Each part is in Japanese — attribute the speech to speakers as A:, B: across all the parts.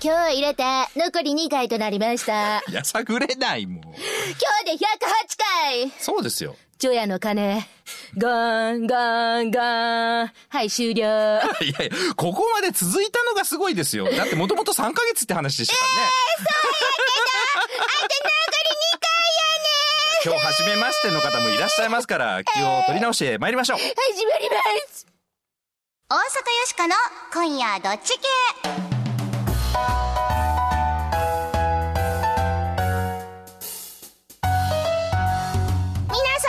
A: 今日入れて、残り2回となりました。
B: いや、探れないもん。
A: 今日で108回
B: そうですよ。
A: 除夜の鐘。ガーン、ガーン、ガーン。はい、終了。
B: いやいや、ここまで続いたのがすごいですよ。だってもともと3ヶ月って話でしたからね。今日初めましての方もいらっしゃいますから、気を取り直して参りましょう。
A: 始まります
C: 大阪よしこの今夜どっち系皆さ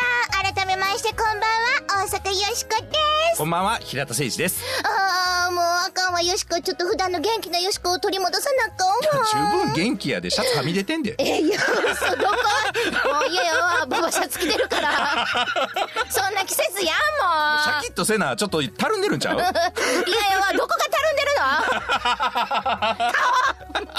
C: ん改めましてこんばんは大阪よしこです
B: こんばんは、平田誠二です。
C: ああもうあかんわよしこちょっと普段の元気なよしこを取り戻さなあか
B: 十
C: んわ
B: 分元気やで、シャツはみ出てんで。
A: え、いや、嘘、どこもういやよ、ババシャツ着てるから。そんな季節やん、も
B: シャキッとせな、ちょっとたるんでるんちゃう
A: う。いやよ、どこがたるんでるの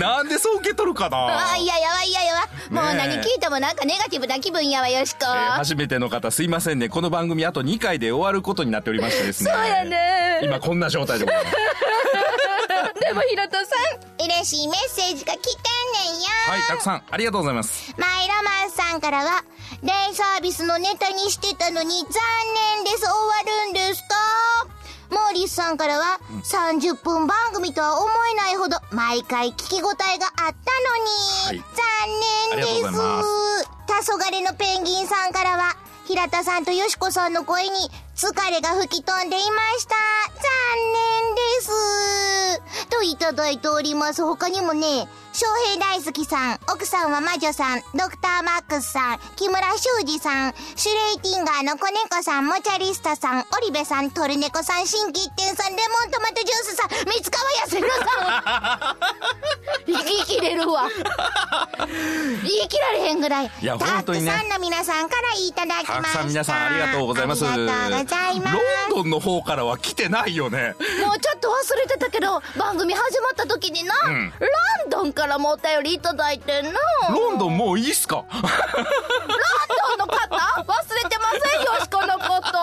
B: なんでそう受け取るかな
A: あ、いややわ、いややわ。もう何
B: ねえ
A: 聞いてもなんかネガティブな気分やわ、よしこ。
B: えー初めての方すいませんね。この番組あと2回で終わることになっておりましてですね。
A: そうやね
B: 今こんな状態でございます。
A: でも、平田さん。
C: 嬉しいメッセージが来てんねんよ
B: はい、たくさんありがとうございます。
C: マイラマンさんからは、デイサービスのネタにしてたのに残念です。終わるんですかモーリスさんからは、30分番組とは思えないほど、毎回聞き応えがあったのに、
B: はい
C: 残念で。
B: ありがとうございます
C: 黄昏のペンギンさんからは、平田さんとよしこさんの声に疲れが吹き飛んでいました。残念です。といただいております。他にもね、翔平大好きさん、奥さんは魔女さん、ドクターマックスさん、木村修二さん、シュレイティンガーの子猫さん、モチャリスタさん、オリベさん、トルネコさん、新規一点さん、レモントマトジュースさん、三川康弘さん。
A: 生き切れる わ。言い切られへんぐらい。
B: いや、
C: た
B: 本当
C: く
B: にね。
C: さんの皆さんからいただきました。
B: たくさん皆さんありがとうございます。
C: ありがとうございます。
B: ロンドンの方からは来てないよね。
A: もうちょっと忘れてたけど、番組始まった時にな、
B: ん
A: ロンドンからもお便りいただいてんな。ロン
B: ロンドンもういいっすか
A: ドンの方忘れてませんよ、しこのこと。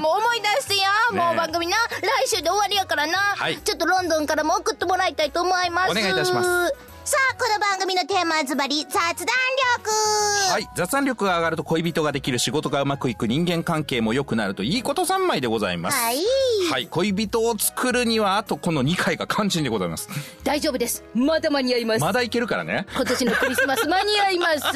A: もう思い出してや、
B: ねえ
A: もう番組な、来週で終わりやからな、
B: い
A: ちょっとロンドンからも送ってもらいたいと思います。。
B: お願いいたします
C: さあ、この番組のテーマはズバリ、雑談力
B: はい。雑談力が上がると恋人ができる仕事がうまくいく人間関係も良くなるといいこと三枚でございます。
C: はい。
B: はい。恋人を作るには、あとこの2回が肝心でございます。
A: 大丈夫です。まだ間に合います。
B: まだいけるからね。
A: 今年のクリスマス間に合います。
C: さあ、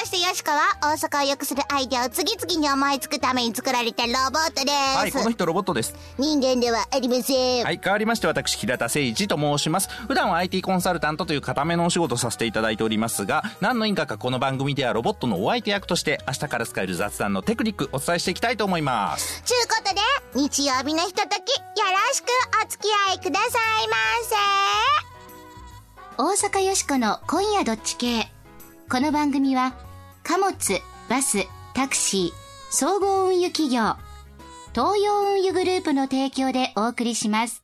C: そしてヨシコは大阪を良くするアイデアを次々に思いつくために作られたロボットで
B: はい。
C: す。
B: この人ロボットです。
C: 人間ではありません。
B: はい。変わりまして、私、平田誠一と申します。普段は IT コンサルタントという固めのお仕事をさせていただいておりますが、何の因果かこの番組ではロボットのお相手役として、明日から使える雑談のテクニックお伝えしていきたいと思います。
C: ちゅうことで、日曜日のひととき、よろしくお付き合いくださいませ。大阪よしこの今夜どっち系。この番組は、貨物、バス、タクシー、総合運輸企業、東洋運輸グループの提供でお送りします。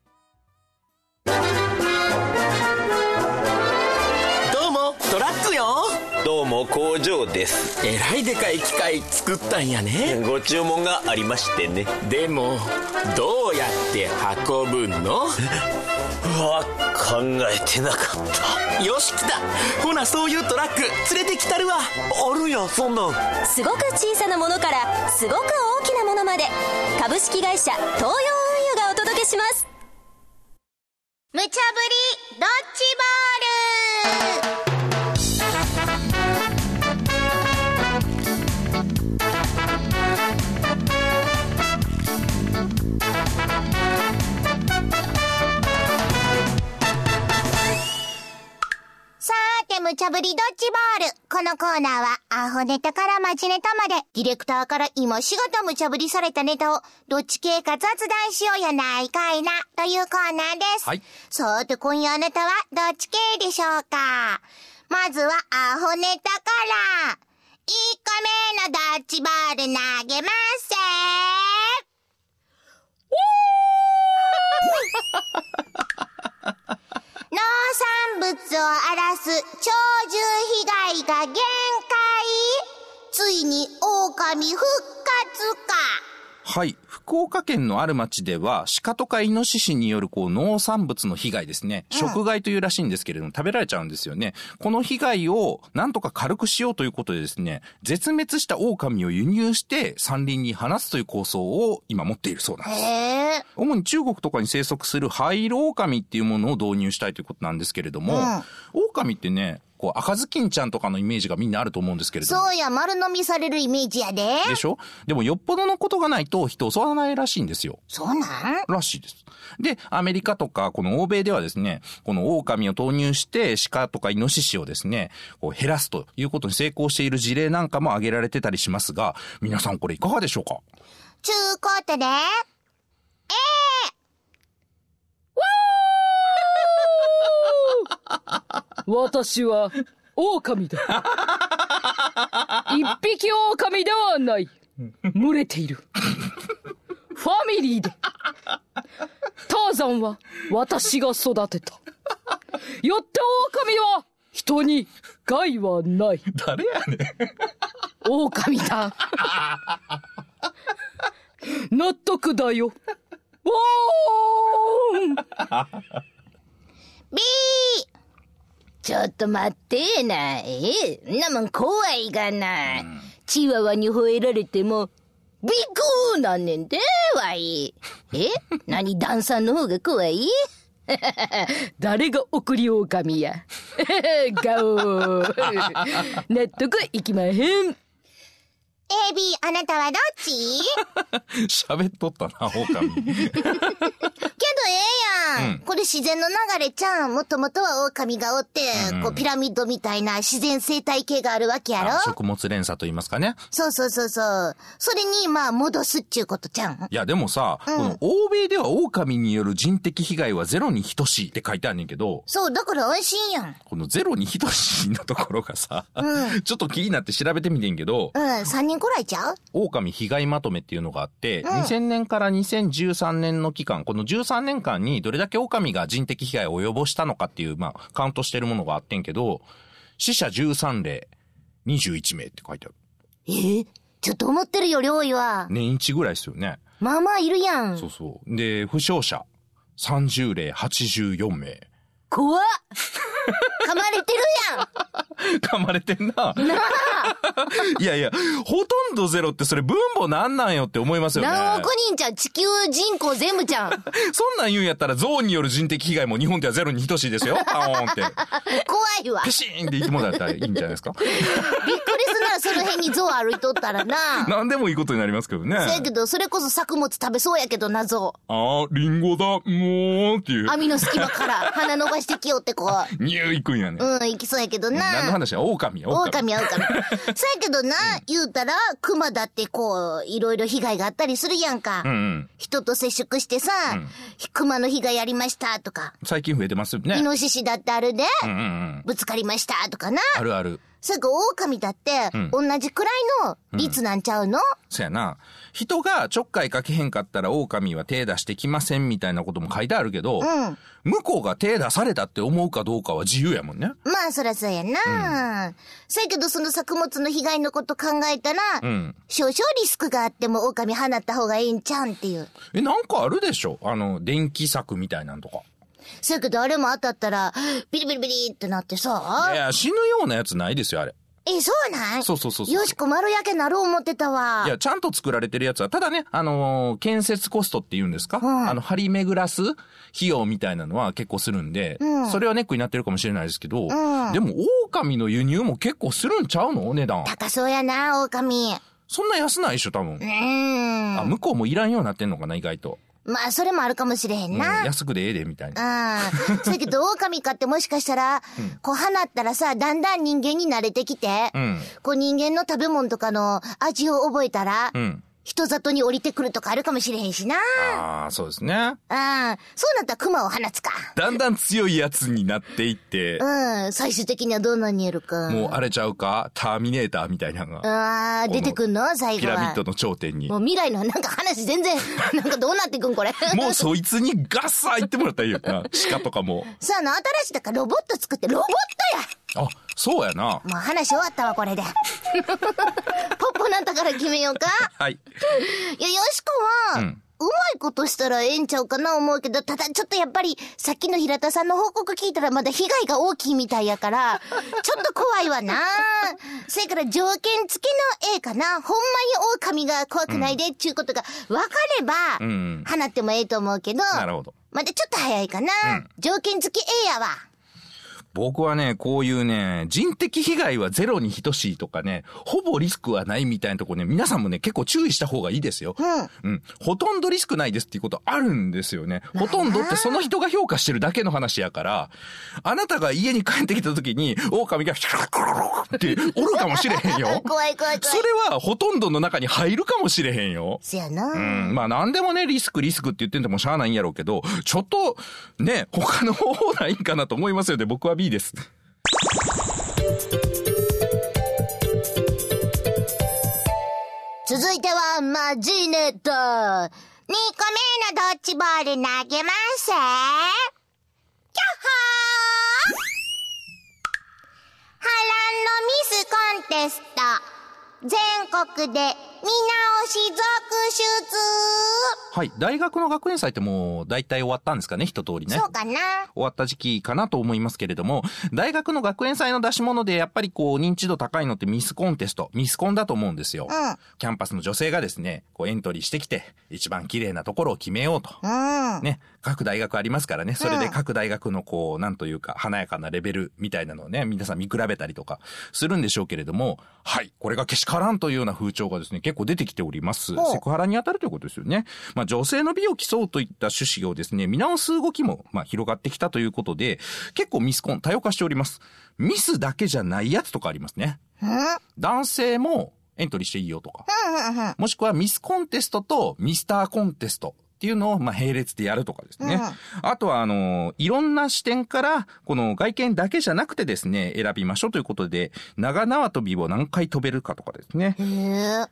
D: どうもトラックよ
E: どうも工場です
D: えらいでかい機械作ったんやね
E: ご注文がありましてね
D: でもどうやって運ぶの
E: うわ考えてなかっ
D: よし来たほなそういうトラック連れてきたるわ
E: たあるやそんなん
F: すごく小さなものからすごく大きなものまで株式会社東洋運輸がお届けします
C: 無茶ぶりドッジボールさーて、無茶ぶりドッジボール。このコーナーは、アホネタからマジネタまで、ディレクターから今仕事無茶ぶりされたネタを、どっち系か雑談しようやないかいな、というコーナーです。
B: はい
C: さて、今夜あなたは、どっち系でしょうかまずは、アホネタから、1個目のドッジボール投げますせー農産物を荒らす鳥獣被害が限界ついに狼復活か。
B: はい。福岡県のある町では、鹿とかイノシシによるこう農産物の被害ですね。食害というらしいんですけれども、食べられちゃうんですよね。この被害をなんとか軽くしようということでですね、絶滅した狼を輸入して山林に放つという構想を今持っているそうなんです。
C: へえ。
B: 主に中国とかに生息するハイロオカミっていうものを導入したいということなんですけれども、オオカミってね、こう赤ずきんちゃんとかのイメージがみんなあると思うんですけれども。
C: そうや、丸飲みされるイメージやで。
B: でしょでもよっぽどのことがないと人を襲わないらしいんですよ。
C: そうなん
B: らしいです。で、アメリカとか、この欧米ではですね、この狼を投入して、鹿とかイノシシをですね、こう減らすということに成功している事例なんかも挙げられてたりしますが、皆さんこれいかがでしょうか
C: 中古ってで。
A: 私は、狼だ。一匹狼ではない。群れている。ファミリーで。ターザンは私が育てた。よって狼は人に害はない。
B: 誰やねん。
A: 狼だ。納得だ よ。おーん
C: B! ちょっと待ってえな。ええ、んなもん怖いがな。チワワに吠えられても、ビクーなんねんで、わい。え何、ダンサーの方が怖い
A: 誰が送り 狼や。ガオー。納得いきまへん。
C: ?A、B、あなたはどっ ちけ
B: 喋っとったな、狼。
C: どええやん。これ自然の流れちゃん。もともとは狼がおって、こうピラミッドみたいな自然生態系があるわけやろ
B: あ食物連鎖と言いますかね。
C: そうそうそうそう。それに、まあ、戻すっちゅうことちゃん。
B: いや、でもさ、この欧米では狼による人的被害はゼロに等しいって書いてあんねんけど、
C: そう、だから安心やん。
B: このゼロに等しいのところがさ、
C: うん
B: ちょっと気になって調べてみてんけど、
C: うん、3人くらいちゃう
B: 狼被害まとめっていうのがあって、
C: ん
B: 2000年から2013年の期間、この13年間にどれだけ狼が人的被害を及ぼしたのかっていう、まあ、カウントしてるものがあってんけど、死者13例、21名って書いてある。
C: ええちょっと思ってるよ、料理は。
B: 年一ぐらいですよね。
C: まあまあいるやん。
B: そうそう。で、負傷者、30例84名。
C: 怖っ噛まれてるやん
B: 噛まれてんな。 いやいや、ほとんどゼロってそれ分母なんなんよって思いますよね。
C: 何億人ちゃん、地球人口全部ちゃん。怖
B: そんなん言うんやったら、ゾウによる人的被害も日本ではゼロに等しいで すよ。パオーンって。
C: い わ。
B: ピ
C: びっ
B: シーンって生き物だったらいいんじゃな いですか。
C: くりするならその辺に象歩いとったらな。
B: 何でもいいことになりますけどね。
C: そやけど、それこそ作物食べそうやけどな、象。
B: あー、リンゴだ、もーっていう。
C: 網の隙間 から鼻伸ばしてきよってこう。
B: ニューいくんやね。
C: うん、行きそうやけどな。
B: 何の話や狼や、
C: 狼、狼。そやけどな、言うたら、熊だってこう、いろいろ被害があったりするやんか。
B: うんうん。
C: 人と接触してさ、熊の被害ありましたとか、
B: 最近増えてますよね。
C: イノシシだってあるで、
B: うんうんうん。
C: ぶつかりましたとかな。
B: あるある。
C: それか、狼だって、同じくらいの率なんちゃうの、
B: そやな。人がちょっかいかけへんかったら狼は手出してきませんみたいなことも書いてあるけど、
C: ん
B: 向こうが手出されたって思うかどうかは自由やもんね。
C: まあ、そらそうやな。そやけど、その作物の被害のこと考えたら、
B: うん。
C: 少々リスクがあっても狼放った方がええんちゃうんっていう。
B: え、なんかあるでしょあの、電気柵みたいなんとか。
C: そやけど、あれも当たったら、ビリビリビリってなって
B: い
C: さ、
B: や、死ぬようなやつないですよ、あれ。
C: え、そうなん
B: そうそうそうそう
C: よしこ丸やけなる思ってたわ。
B: いや、ちゃんと作られてるやつは、ただね、あのー建設コストって言うんですか、
C: ん
B: あの、張り巡らす費用みたいなのは結構するんで、それはネックになってるかもしれないですけど、でも、狼の輸入も結構するんちゃうのお値段。
C: 高そうやな、狼。
B: そんな安ないでしょ、多分。
C: うーん。
B: あ、向こうもいらんようになってんのかな、意外と。
C: まあ、それもあるかもしれへん
B: うん
C: な。
B: 安くでええで、みたいな。
C: うん。そやけど、狼かってもしかしたら、こう放ったらさ、だんだん人間に慣れてきて、
B: うん。
C: こう人間の食べ物とかの味を覚えたら、
B: うん。
C: 人里に降りてくるとかあるかもしれへんしな。
B: ああ、そうですね。
C: うん。そうなったら熊を放つか。
B: だんだん強いやつになっていって、
C: うん。最終的にはどうなんやろか。
B: もう荒れちゃうか、ターミネーターみたいなのが、
C: あー出てくんの最後
B: ピ
C: は。
B: ラミッドの頂点に
C: も。う未来のなんか話全然、なんかどうなってくんこれ。
B: も うそいつにガッサー言ってもらったらいいよな。鹿とかも。
C: さあ、あの、新しいだからロボット作って、ロボットや
B: あ、そうやな。
C: もう話終わったわ、こ れで。ポッポなったから決めようか。
B: はい。
C: いや、よしこは、う
B: うん
C: まいことしたらええんちゃうかな思うけど、ただちょっとやっぱり、さっきの平田さんの報告聞いたらまだ被害が大きいみたいや から、ちょっと怖いわなそれから条件付きの A かな。ほんまに狼が怖くないで、っちゅうことが分かれば、
B: うん
C: 放ってもええと思うけど、
B: なるほど。
C: まだちょっと早いかな。条件付き A やわ。
B: 僕はね、こういうね、人的被害はゼロに等しいとかね、ほぼリスクはないみたいなとこね、皆さんもね、結構注意した方がいいですよ。うん。ほとんどリスクないですっていうことあるんですよね。ほとんどってその人が評価してるだけの話やから、あなたが家に帰ってきた時に、狼が、ヒャラコロロっておるかもしれへん よ。
C: 怖い怖い
B: そ
C: 怖い
B: れ。はほとんどの中に入るかもしれへんよ。
C: そやな、
B: うん、まあ何でもね、リスクリスクって言ってんでもしゃあないんやろうけど、ちょっと、ね、他の方法ないんかなと思いますよね。僕は B です。
C: 続いては、マジネタ。2個目のドッジボール投げますキャッホー波乱のミスコンテスト。全国で見直し続
B: はい。大学の学園祭ってもう大体終わったんですかね、一通り
C: 出、
B: ね。
C: そうかな
B: 終わった時期かなと思いますけれども、大学の学園祭の出し物でやっぱりこう認知度高いのってミスコンテスト、ミスコンだと思うんですよ。
C: うん
B: キャンパスの女性がですね、こうエントリーしてきて、一番綺麗なところを決めようと。
C: うん。
B: ね、各大学ありますからね、それで各大学のこう、なんというか、華やかなレベルみたいなのをね、皆さん見比べたりとかするんでしょうけれども、はい、これがけしからんというような風潮がですね、結構出てきております。
C: ほう
B: セクハラに当たるということですよね。まあ、女性の美を競うといった趣旨をですね、見直す動きも、まあ、広がってきたということで、結構ミスコン多様化しております。ミスだけじゃないやつとかありますね。男性もエントリーしていいよとか。もしくはミスコンテストとミスターコンテストっていうのを、まあ、並列でやるとかですね。あとは、あの、いろんな視点から、この外見だけじゃなくてですね、選びましょうということで、長縄跳びを何回飛べるかとかですね。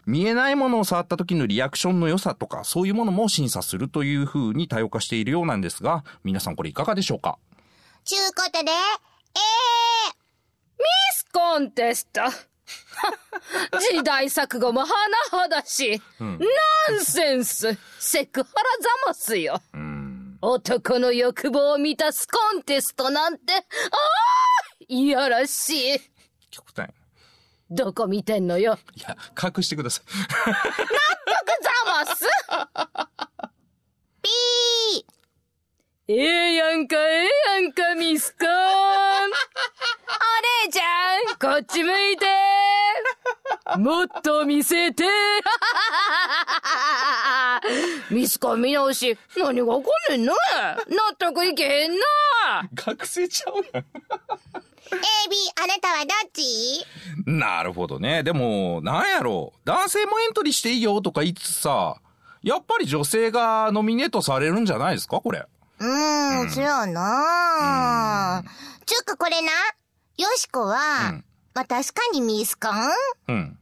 B: 見えないものを触った時のリアクションの良さとか、そういうものも審査するというふうに多様化しているようなんですが、皆さんこれいかがでしょうか
C: ちゅうことで、
A: スコンテスト。時代錯誤も甚だし、ナンセンス、セクハラざますよ。男の欲望を満たすコンテストなんて、ああいやらしい。
B: 極端。
A: どこ見てんのよ。
B: いや、隠してください。
A: ざます
C: ピー
A: ええやんか、ええやんか、ミスコン。お姉ちゃん、こっち向いて。もっと見せて。ミスコン見直し、何が起こんねんな。納得いけへんな。
B: 学生ちゃうやん。
C: AB、あなたはどっち
B: なるほどね。でも、なんやろう。男性もエントリーしていいよとか言いつつさ、やっぱり女性がノミネートされるんじゃないですかこれ。
C: うーん、そやなちゅうかこれな、よしこは、
B: うん
C: まあ確かにミスコン
B: うん。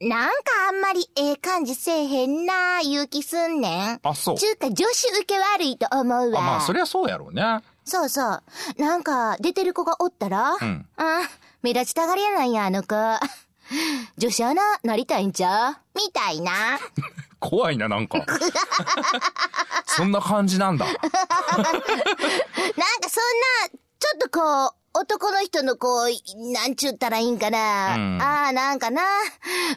C: なんかあんまりええ感じせえへんな勇気すんねん。
B: あ、そう。
C: ちゅうか女子受け悪いと思うわ。
B: あ、まあ、そりゃそうやろうね。
C: そうそう。なんか出てる子がおったら、
B: ん
C: あ目立ちたがりやなんや、あの子。 女子アナなりたいんちゃうみたいな。
B: 怖いな、な んか。そんな感じなんだ。
C: なんかそんな、ちょっとこう、男の人のこう、なんちゅったらいいんかな。
B: うん
C: ああ、なんかな。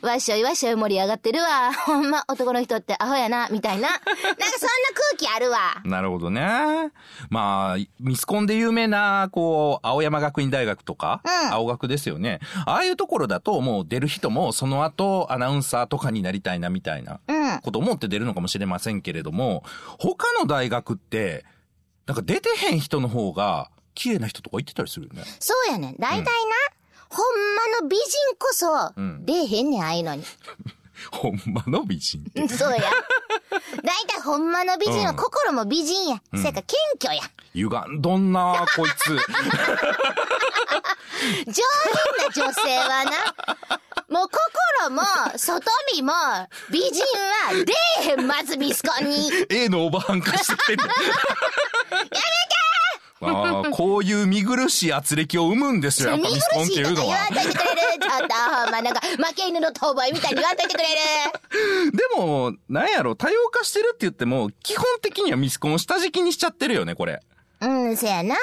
C: わっしょいわっしょい盛り上がってるわ。ほんま男の人ってアホやな、みたい な。なんかそんな空気あるわ。
B: なるほどね。まあ、ミスコンで有名な、こう、青山学院大学とか、
C: うん
B: 青学ですよね。ああいうところだと、もう出る人も、その後、アナウンサーとかになりたいな、みたいな、
C: うん
B: こと思って出るのかもしれませんけれども、他の大学って、なんか出てへん人の方が、綺麗な人とか言ってたりするよね。
C: そうやねん。大体な。ほんまの美人こそ、
B: ん
C: 出えへんねん、ああいう のに。
B: ほんまの美人。
C: そうや。大体ほんまの美人は
B: うん
C: 心も美人や。せやから謙虚や。
B: 歪んどんな、こい つ。
C: 上品な女性はな、もう心も、外見も、美人は、出えへん、まずミスコンに。
B: A のオーバーハン化してきてる。やめてああ、こういう見苦しい圧力を生むんですよ、やっぱミスコンっていう
C: とか
B: の
C: 言
B: は
C: わ。んといてくれるちょっと、ほんま、なんか、負け犬の遠吠えみたいに言わんといてくれる
B: でも、なんやろ、多様化してるって言っても、基本的にはミスコンを下敷きにしちゃってるよね、これ。
C: うん、そやな、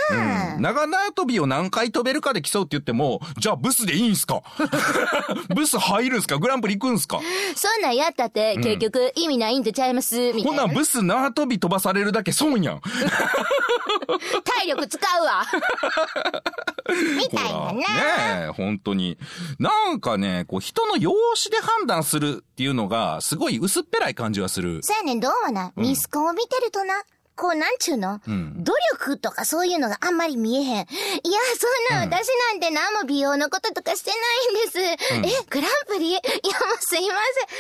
B: 長縄跳びを何回跳べるかで競うって言っても、じゃあブスでいいん すかブス入るんすかグランプリ行くんすか
C: そんなんやったって、結局、意味ないんとちゃいます、みた
B: ほ
C: い
B: な
C: な。
B: ブス縄跳び飛ばされるだけ損やん。
C: 体力使う わ。みたいな
B: ほら
C: な。
B: ねえ、本当に。なんかね、こう人の容姿で判断するっていうのが、すごい薄っぺらい感じはする。
C: そやねん、どうもな、ミスコンを見てるとな、こうなんちゅうの、努力とかそういうのがあんまり見えへん。いや、そんな私なんて何も美容のこととかしてないんです。え、グランプリいや、もうすいま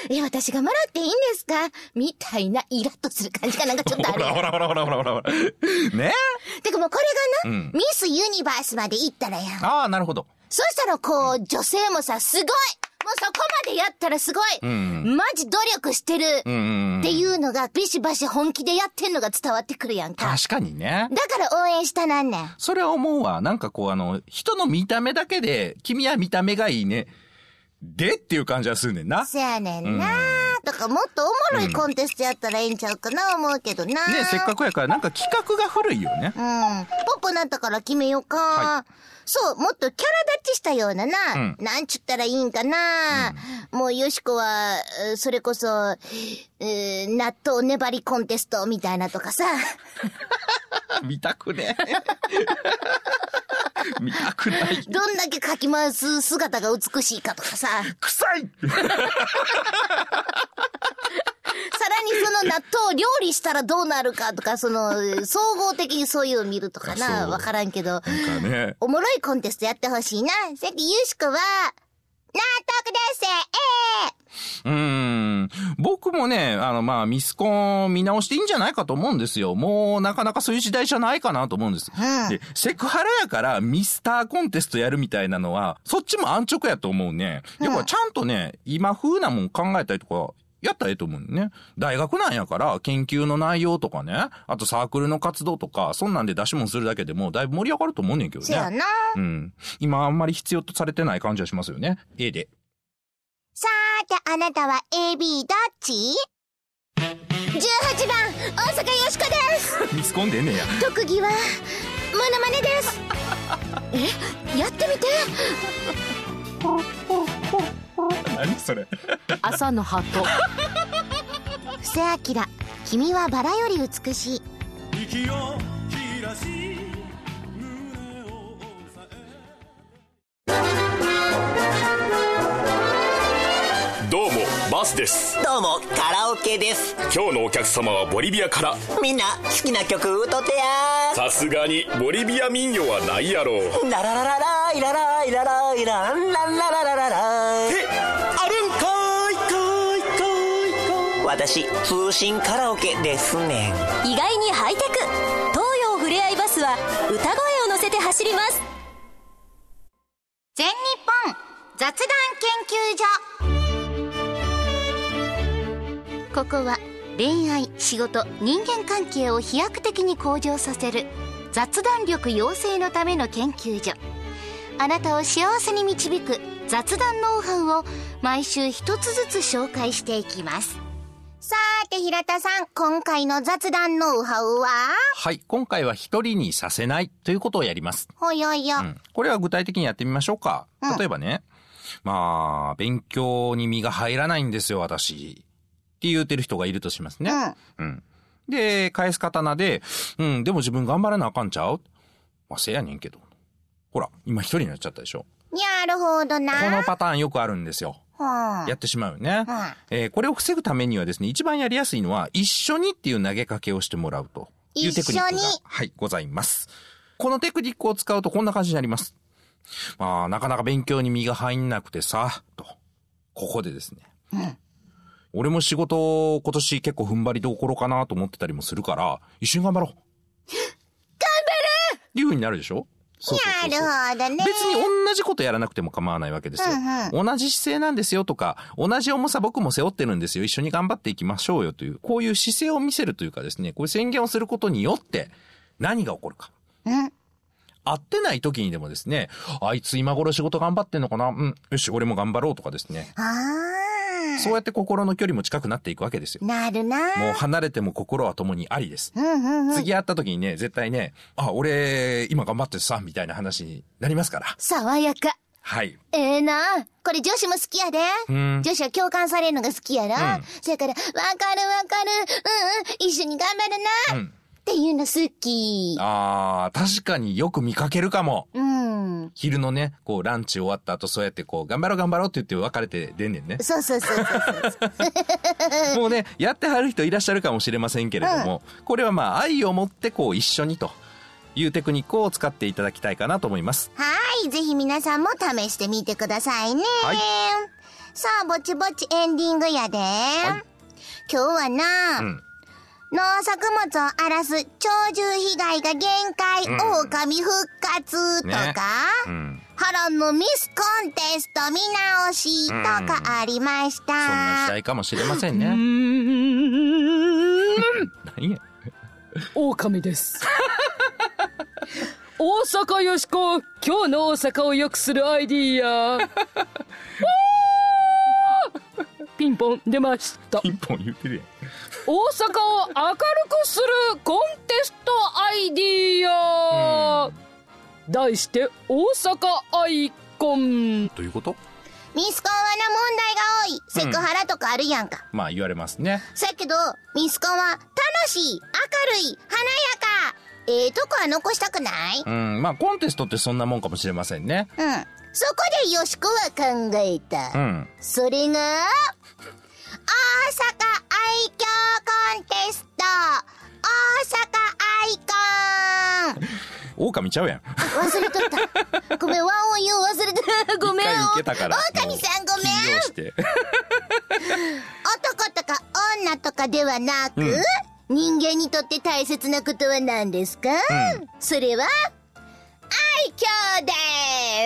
C: せん。え、私がもらっていいんですかみたいなイラッとする感じがなんかちょっとあ
B: ほ
C: る
B: ら。ほらほらほらほらほらほら。ね
C: てかもうこれがな、
B: うん
C: ミスユニバースまで行ったらやん。
B: ああ、なるほど。
C: そしたらこう、女性もさ、すごいもうそこまでやったらすごい、
B: ん
C: マジ努力してる、
B: うんうんうん。
C: っていうのが、ビシバシ本気でやってんのが伝わってくるやんか。
B: 確かにね。
C: だから応援したなんねん。
B: それは思うわ。なんかこう、あの、人の見た目だけで、君は見た目がいいね。でっていう感じはするねんな。ね
C: せやねんなとか、もっとおもろいコンテストやったらええんちゃうかな思うけどな
B: せっかくやから、なんか企画が古いよね。
C: うん。ポップなったから決めようか。
B: は
C: そう、もっとキャラ立ちしたようなな。
B: うん
C: なんちゅったらいいんかな。もう、よしこは、うそれこそ、うー納豆粘りコンテストみたいなと かさ。
B: 見たくねえ。 見たくない。
C: どんだけかき回す姿が美しいかとかさ。さらに
B: 臭い
C: その納豆を料理したらどうなるかとか、その、総合的にそういうの見るとか
B: あそ
C: な。
B: う
C: わからんけど。
B: なんかね。
C: おもろいコンテストやってほしいな。さっきゆうしこは、納得ですええ
B: うーん。僕もね、あの、まあ、ミスコン見直していいんじゃないかと思うんですよ。もう、なかなかそういう時代じゃないかなと思うんです。
C: うん
B: で、セクハラやからミスターコンテストやるみたいなのは、そっちも安直やと思うね。やっぱちゃんとね、今風なもん考えたりとか、やったらええと思うね。大学なんやから、研究の内容とかね、あとサークルの活動とか、そんなんで出し物するだけでも、だいぶ盛り上がると思うねんけどね。
C: せやな。
B: うん。今あんまり必要とされてない感じはしますよね。A で。
C: さーて、あなたは AB どっち ?18 番、大阪よしこです
B: ミスコンでねえや。
C: 特技は、モノマネですえ、やってみて
B: 何それ。
A: 朝の鳩。
C: 布施明、君はバラより美しい。
G: 息を切らし胸を押さえ
E: どうもバスです
D: どうもカラオケです
E: 今日のお客様はボリビアから
D: みんな好きな曲歌ってや
E: さすがにボリビア民謡はないやろう
D: ーララララライラライラライラランランラララララえあるんかいかいかいかい私通信カラオケですねん
F: 意外にハイテク東洋ふれあいバスは歌声を乗せて走ります
C: 全日本雑談研究所ここは恋愛仕事人間関係を飛躍的に向上させる雑談力養成のための研究所あなたを幸せに導く雑談ノウハウを毎週一つずつ紹介していきますさーて平田さん今回の雑談ノウハウは
B: はい。今回は一人にさせないということをやります。
C: ほよよ、
B: うんこれは具体的にやってみましょうか。例えばね、まあ、勉強に身が入らないんですよ、私。って言うてる人がいるとしますね。うん。で、返す刀で、うん、でも自分頑張らなあかんちゃうまあ、せやねんけど。ほら、今一人になっちゃったでしょ。
C: やるほどな
B: このパターンよくあるんですよ。やってしまうよね。えーこれを防ぐためにはですね、一番やりやすいのは、一緒にっていう投げかけをしてもらうというテクニックが、
C: 一緒に
B: はい、ございます。このテクニックを使うとこんな感じになります。まあ、なかなか勉強に身が入んなくてさ、と。ここでですね。俺も仕事、今年結構踏ん張りどころかなと思ってたりもするから、一緒に頑張ろう。頑張るっていう風になるでしょそうそうそうそう
C: なるほどね
B: 別に同じことやらなくても構わないわけですよ。同じ姿勢なんですよとか、同じ重さ僕も背負ってるんですよ。一緒に頑張っていきましょうよという、こういう姿勢を見せるというかですね、こういう宣言をすることによって、何が起こるか。会ってない時にでもですね、あいつ今頃仕事頑張ってんのかなうん、よし、俺も頑張ろうとかですね。
C: あ
B: そうやって心の距離も近くなっていくわけですよ
C: ー。。なるな
B: もう
C: ー。
B: 離れても心は共にありです。
C: うんうんうん。
B: 次会った時にね、絶対ね、あ、俺、今頑張ってさ、みたいな話になりますから。
C: 爽やか。
B: はい。
C: ええなあこれ女子も好きやで。
B: ん
C: 女子は共感されるのが好きやろ。
B: うん
C: そやから、わかるわかる。うんうん。一緒に頑張るな。
B: うん
C: っていうの好き。
B: あー、確かによく見かけるかも。
C: うん。
B: 昼のね、こう、ランチ終わった後、そうやってこう、頑張ろう頑張ろうって言って別れて出んねんね。
C: そうそうそうそうそう。
B: もうね、やってはる人いらっしゃるかもしれませんけれども、これはまあ、愛を持ってこう、一緒にというテクニックを使っていただきたいかなと思います。
C: はい。ぜひ皆さんも試してみてくださいね。
B: はい
C: さあ、ぼちぼちエンディングやで。今日はな、
B: うん。
C: 農作物を荒らす鳥獣被害が限界、狼復活とか、
B: ねうん。
C: ハロンのミスコンテスト見直しとかありまし
B: そんな
C: た。
B: 時代かもしれません
A: う
B: ね。
A: ーん
B: 何や。
A: 狼です。 大阪よしこ、今日の大阪を良くするアイディア。お ーピンポン出ました。
B: ピンポン言ってるやん。
A: 大阪を明るくするコンテストアイディア。題して、大阪アイコン。
B: どういうこと
C: ミスコンはな問題が多い。セクハラとかあるやんか。
B: まあ、言われますね。
C: そやけど、ミスコンは楽しい、明るい、華やか。ええとこは残したくないうん。
B: うん。まあ、コンテストってそんなもんかもしれませんね。
C: そこでよしこは考えた。
B: うん。
C: それが、大阪愛嬌コンテスト。大阪アイコン
B: 狼ちゃうやん。
C: 忘れとっ た。ごめん、ワンオン言う忘れてた。ごめん。
B: 一回受けたから。
C: 狼さんごめん
B: もう起業して。
C: 男とか女とかではなく、人間にとって大切なことは何ですか、それは、愛嬌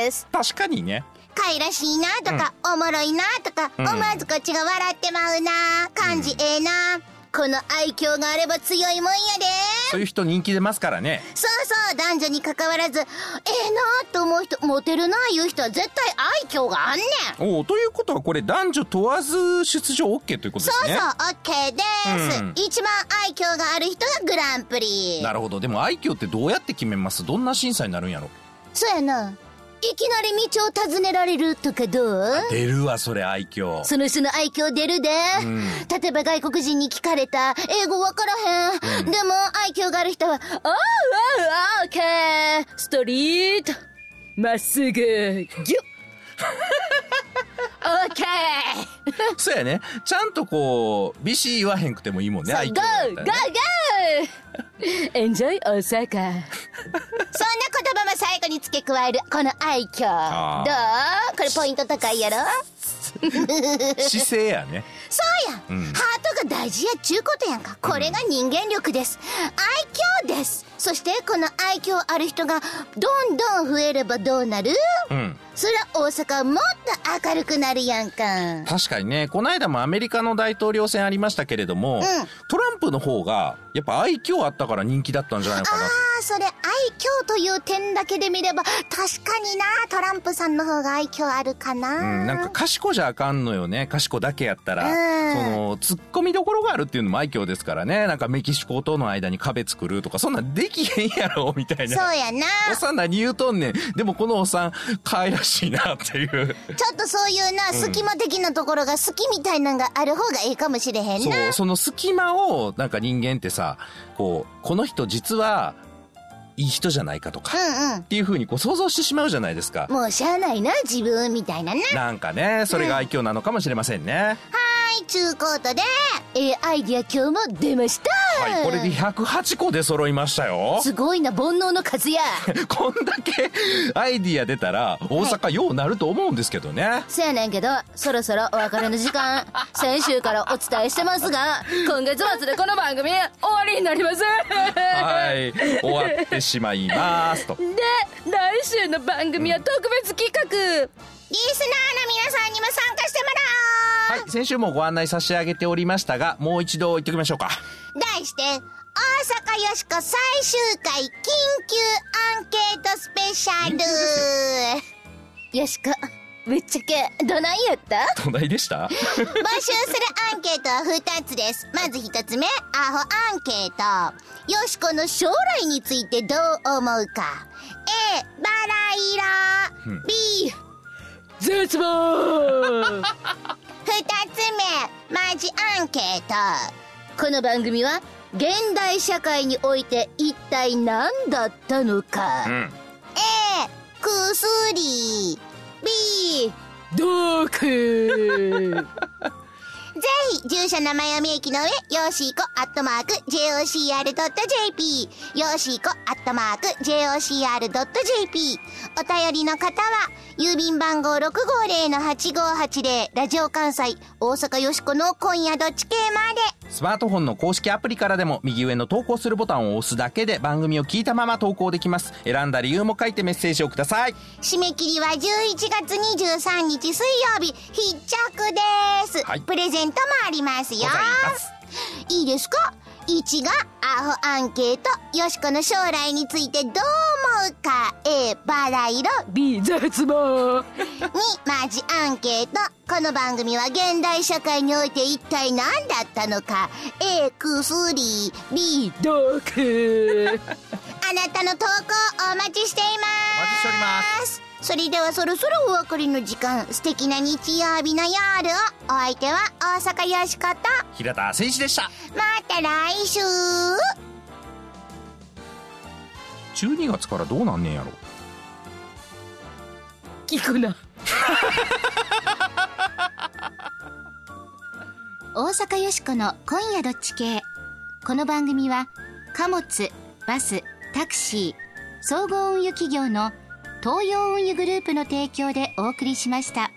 C: です。
B: 確かにね。
C: 可愛らしいなとか、おもろいなとか、
B: ん
C: 思わずこっちが笑ってまうな、感じええな。この愛嬌があれば強いもんやで。
B: そういう人人気出ますからね。
C: そうそう、男女に関わらず、ええなと思う人、モテるな言う人は絶対愛嬌があんねん。
B: おおということはこれ男女問わず出場 OK ということで
C: そ
B: す
C: うそ
B: ね
C: う、オッケーです、
B: うん
C: 一番愛嬌がある人がグランプリ。
B: なるほどでも愛嬌ってどうやって決めますどんな審査になるんやろ
C: そうやな。いきなり道を尋ねられるとかどう
B: 出るわそれ愛嬌
C: その人の愛嬌出るで。例えば外国人に聞かれた、英語わからへん。でも愛嬌がある人は、おうおうオーケー
A: ストリート。まっすぐ、ぎゅっ。
C: オーケー
B: そうやねちゃんとこうビシ言わへんくてもいいもんね愛嬌
A: ゴ
B: だ
A: ー
B: った
A: ゴー
B: ら
A: ゴ
B: ね
A: ーエンジョイ大阪。
C: そんな言葉も最後に付け加える、この愛嬌。
B: あ
C: ど
B: ー
C: うこれポイント高い やろ
B: 姿勢やね
C: そうや、ハ
B: ん
C: ートが大事やっちゅうことやんか。これが人間力です。愛嬌です。そして、この愛嬌ある人が、どんどん増えればどうなる
B: うん
C: そりゃ大阪はもっと明るくなるやんか。
B: 確かにねこの間もアメリカの大統領選ありましたけれども、トランプの方がやっぱ愛嬌あったから人気だったんじゃないのかな
C: ああ、それ愛嬌という点だけで見れば、確かにな、トランプさんの方が愛嬌あるかな。
B: うん、なんか賢じゃあかんのよね賢だけやったら、
C: うん
B: そのツッコミどころがあるっていうのも愛嬌ですからねなんかメキシコとの間に壁作るとかそんなんできへんやろみたい
C: そ
B: な
C: うやな。
B: おさん何言うとんねんでもこのおさん可愛らしいなっていう
C: ちょっとそういうな、隙間的なところが好きみたいなんがある方がいいかもしれへん
B: そ
C: な。
B: うその隙間をなんか人間ってさこうこの人実はいい人じゃないかとか、っ
C: うんうん。
B: ていうふうにこう想像してしまうじゃないですか、
C: もうしゃあないな、自分みたいなな。
B: なんかねそれが愛嬌なのかもしれませんね、
C: はい、ちゅうことで、えーアイディア今日も出ました。
B: はいこれで108個で揃いましたよ
C: すごいな、煩悩の数や。
B: こんだけアイディア出たら大阪ようなると思うんですけどね。
C: せやねんけど、そろそろお別れの時間、先週からお伝えしてますが、今月末でこの番組、
A: 終わりになります。
B: はい。終わってしまいます と。
A: で来週の番組は特別企画、
C: リスナーの皆さんにも参加してもら
B: はい。先週もご案内差し上げておりましたが、もう一度言っておきましょうか。
C: おう題して、大阪大阪よしこ最終回緊急アンケートスペシャル
H: よしこ、ぶっちゃけ、どないやった
B: どないでした
C: 募集するアンケートは2つです。まず1つ目、アホアンケート。よしこの将来についてどう思うか。A、バラ色。B、
A: 絶望
C: 2つ目、マジアンケート。この番組は、現代社会において一体何だったのか。
B: ん
C: A、薬。B、
A: どうか
C: ぜひ、住所名前読み駅の上、よーしーこ、アットマーク、jocr.jp。よーしーこ、アットマーク、jocr.jp。お便りの方は、郵便番号650-8580、ラジオ関西、大阪よしこの今夜どっち系まで。
B: スマートフォンの公式アプリからでも右上の投稿するボタンを押すだけで番組を聞いたまま投稿できます。選んだ理由も書いてメッセージをください。
C: 締め切りは11月23日水曜日、必着です。
B: はい
C: プレゼントもありますよ。
B: ございます
C: いいですか ?1 がアホアンケート。よしこの将来についてどう思うか。A、バラ色。
A: B 絶望
C: 2、マジアンケート。この番組は現代社会において一体何だったのか。A、薬。B、
A: どうか
C: あなたの投稿お待ちしています。
B: お待ちしております。
C: それではそろそろお別れの時間、素敵な日曜日の夜を、お相手は大阪よしこと、
B: 平田誠一でした。
C: また来週
B: 12月からどうなんねんやろ。
A: 聞くな
C: 大阪よしこの今夜どっち系。この番組は、貨物、バス、タクシー、総合運輸企業の東洋運輸グループの提供でお送りしました。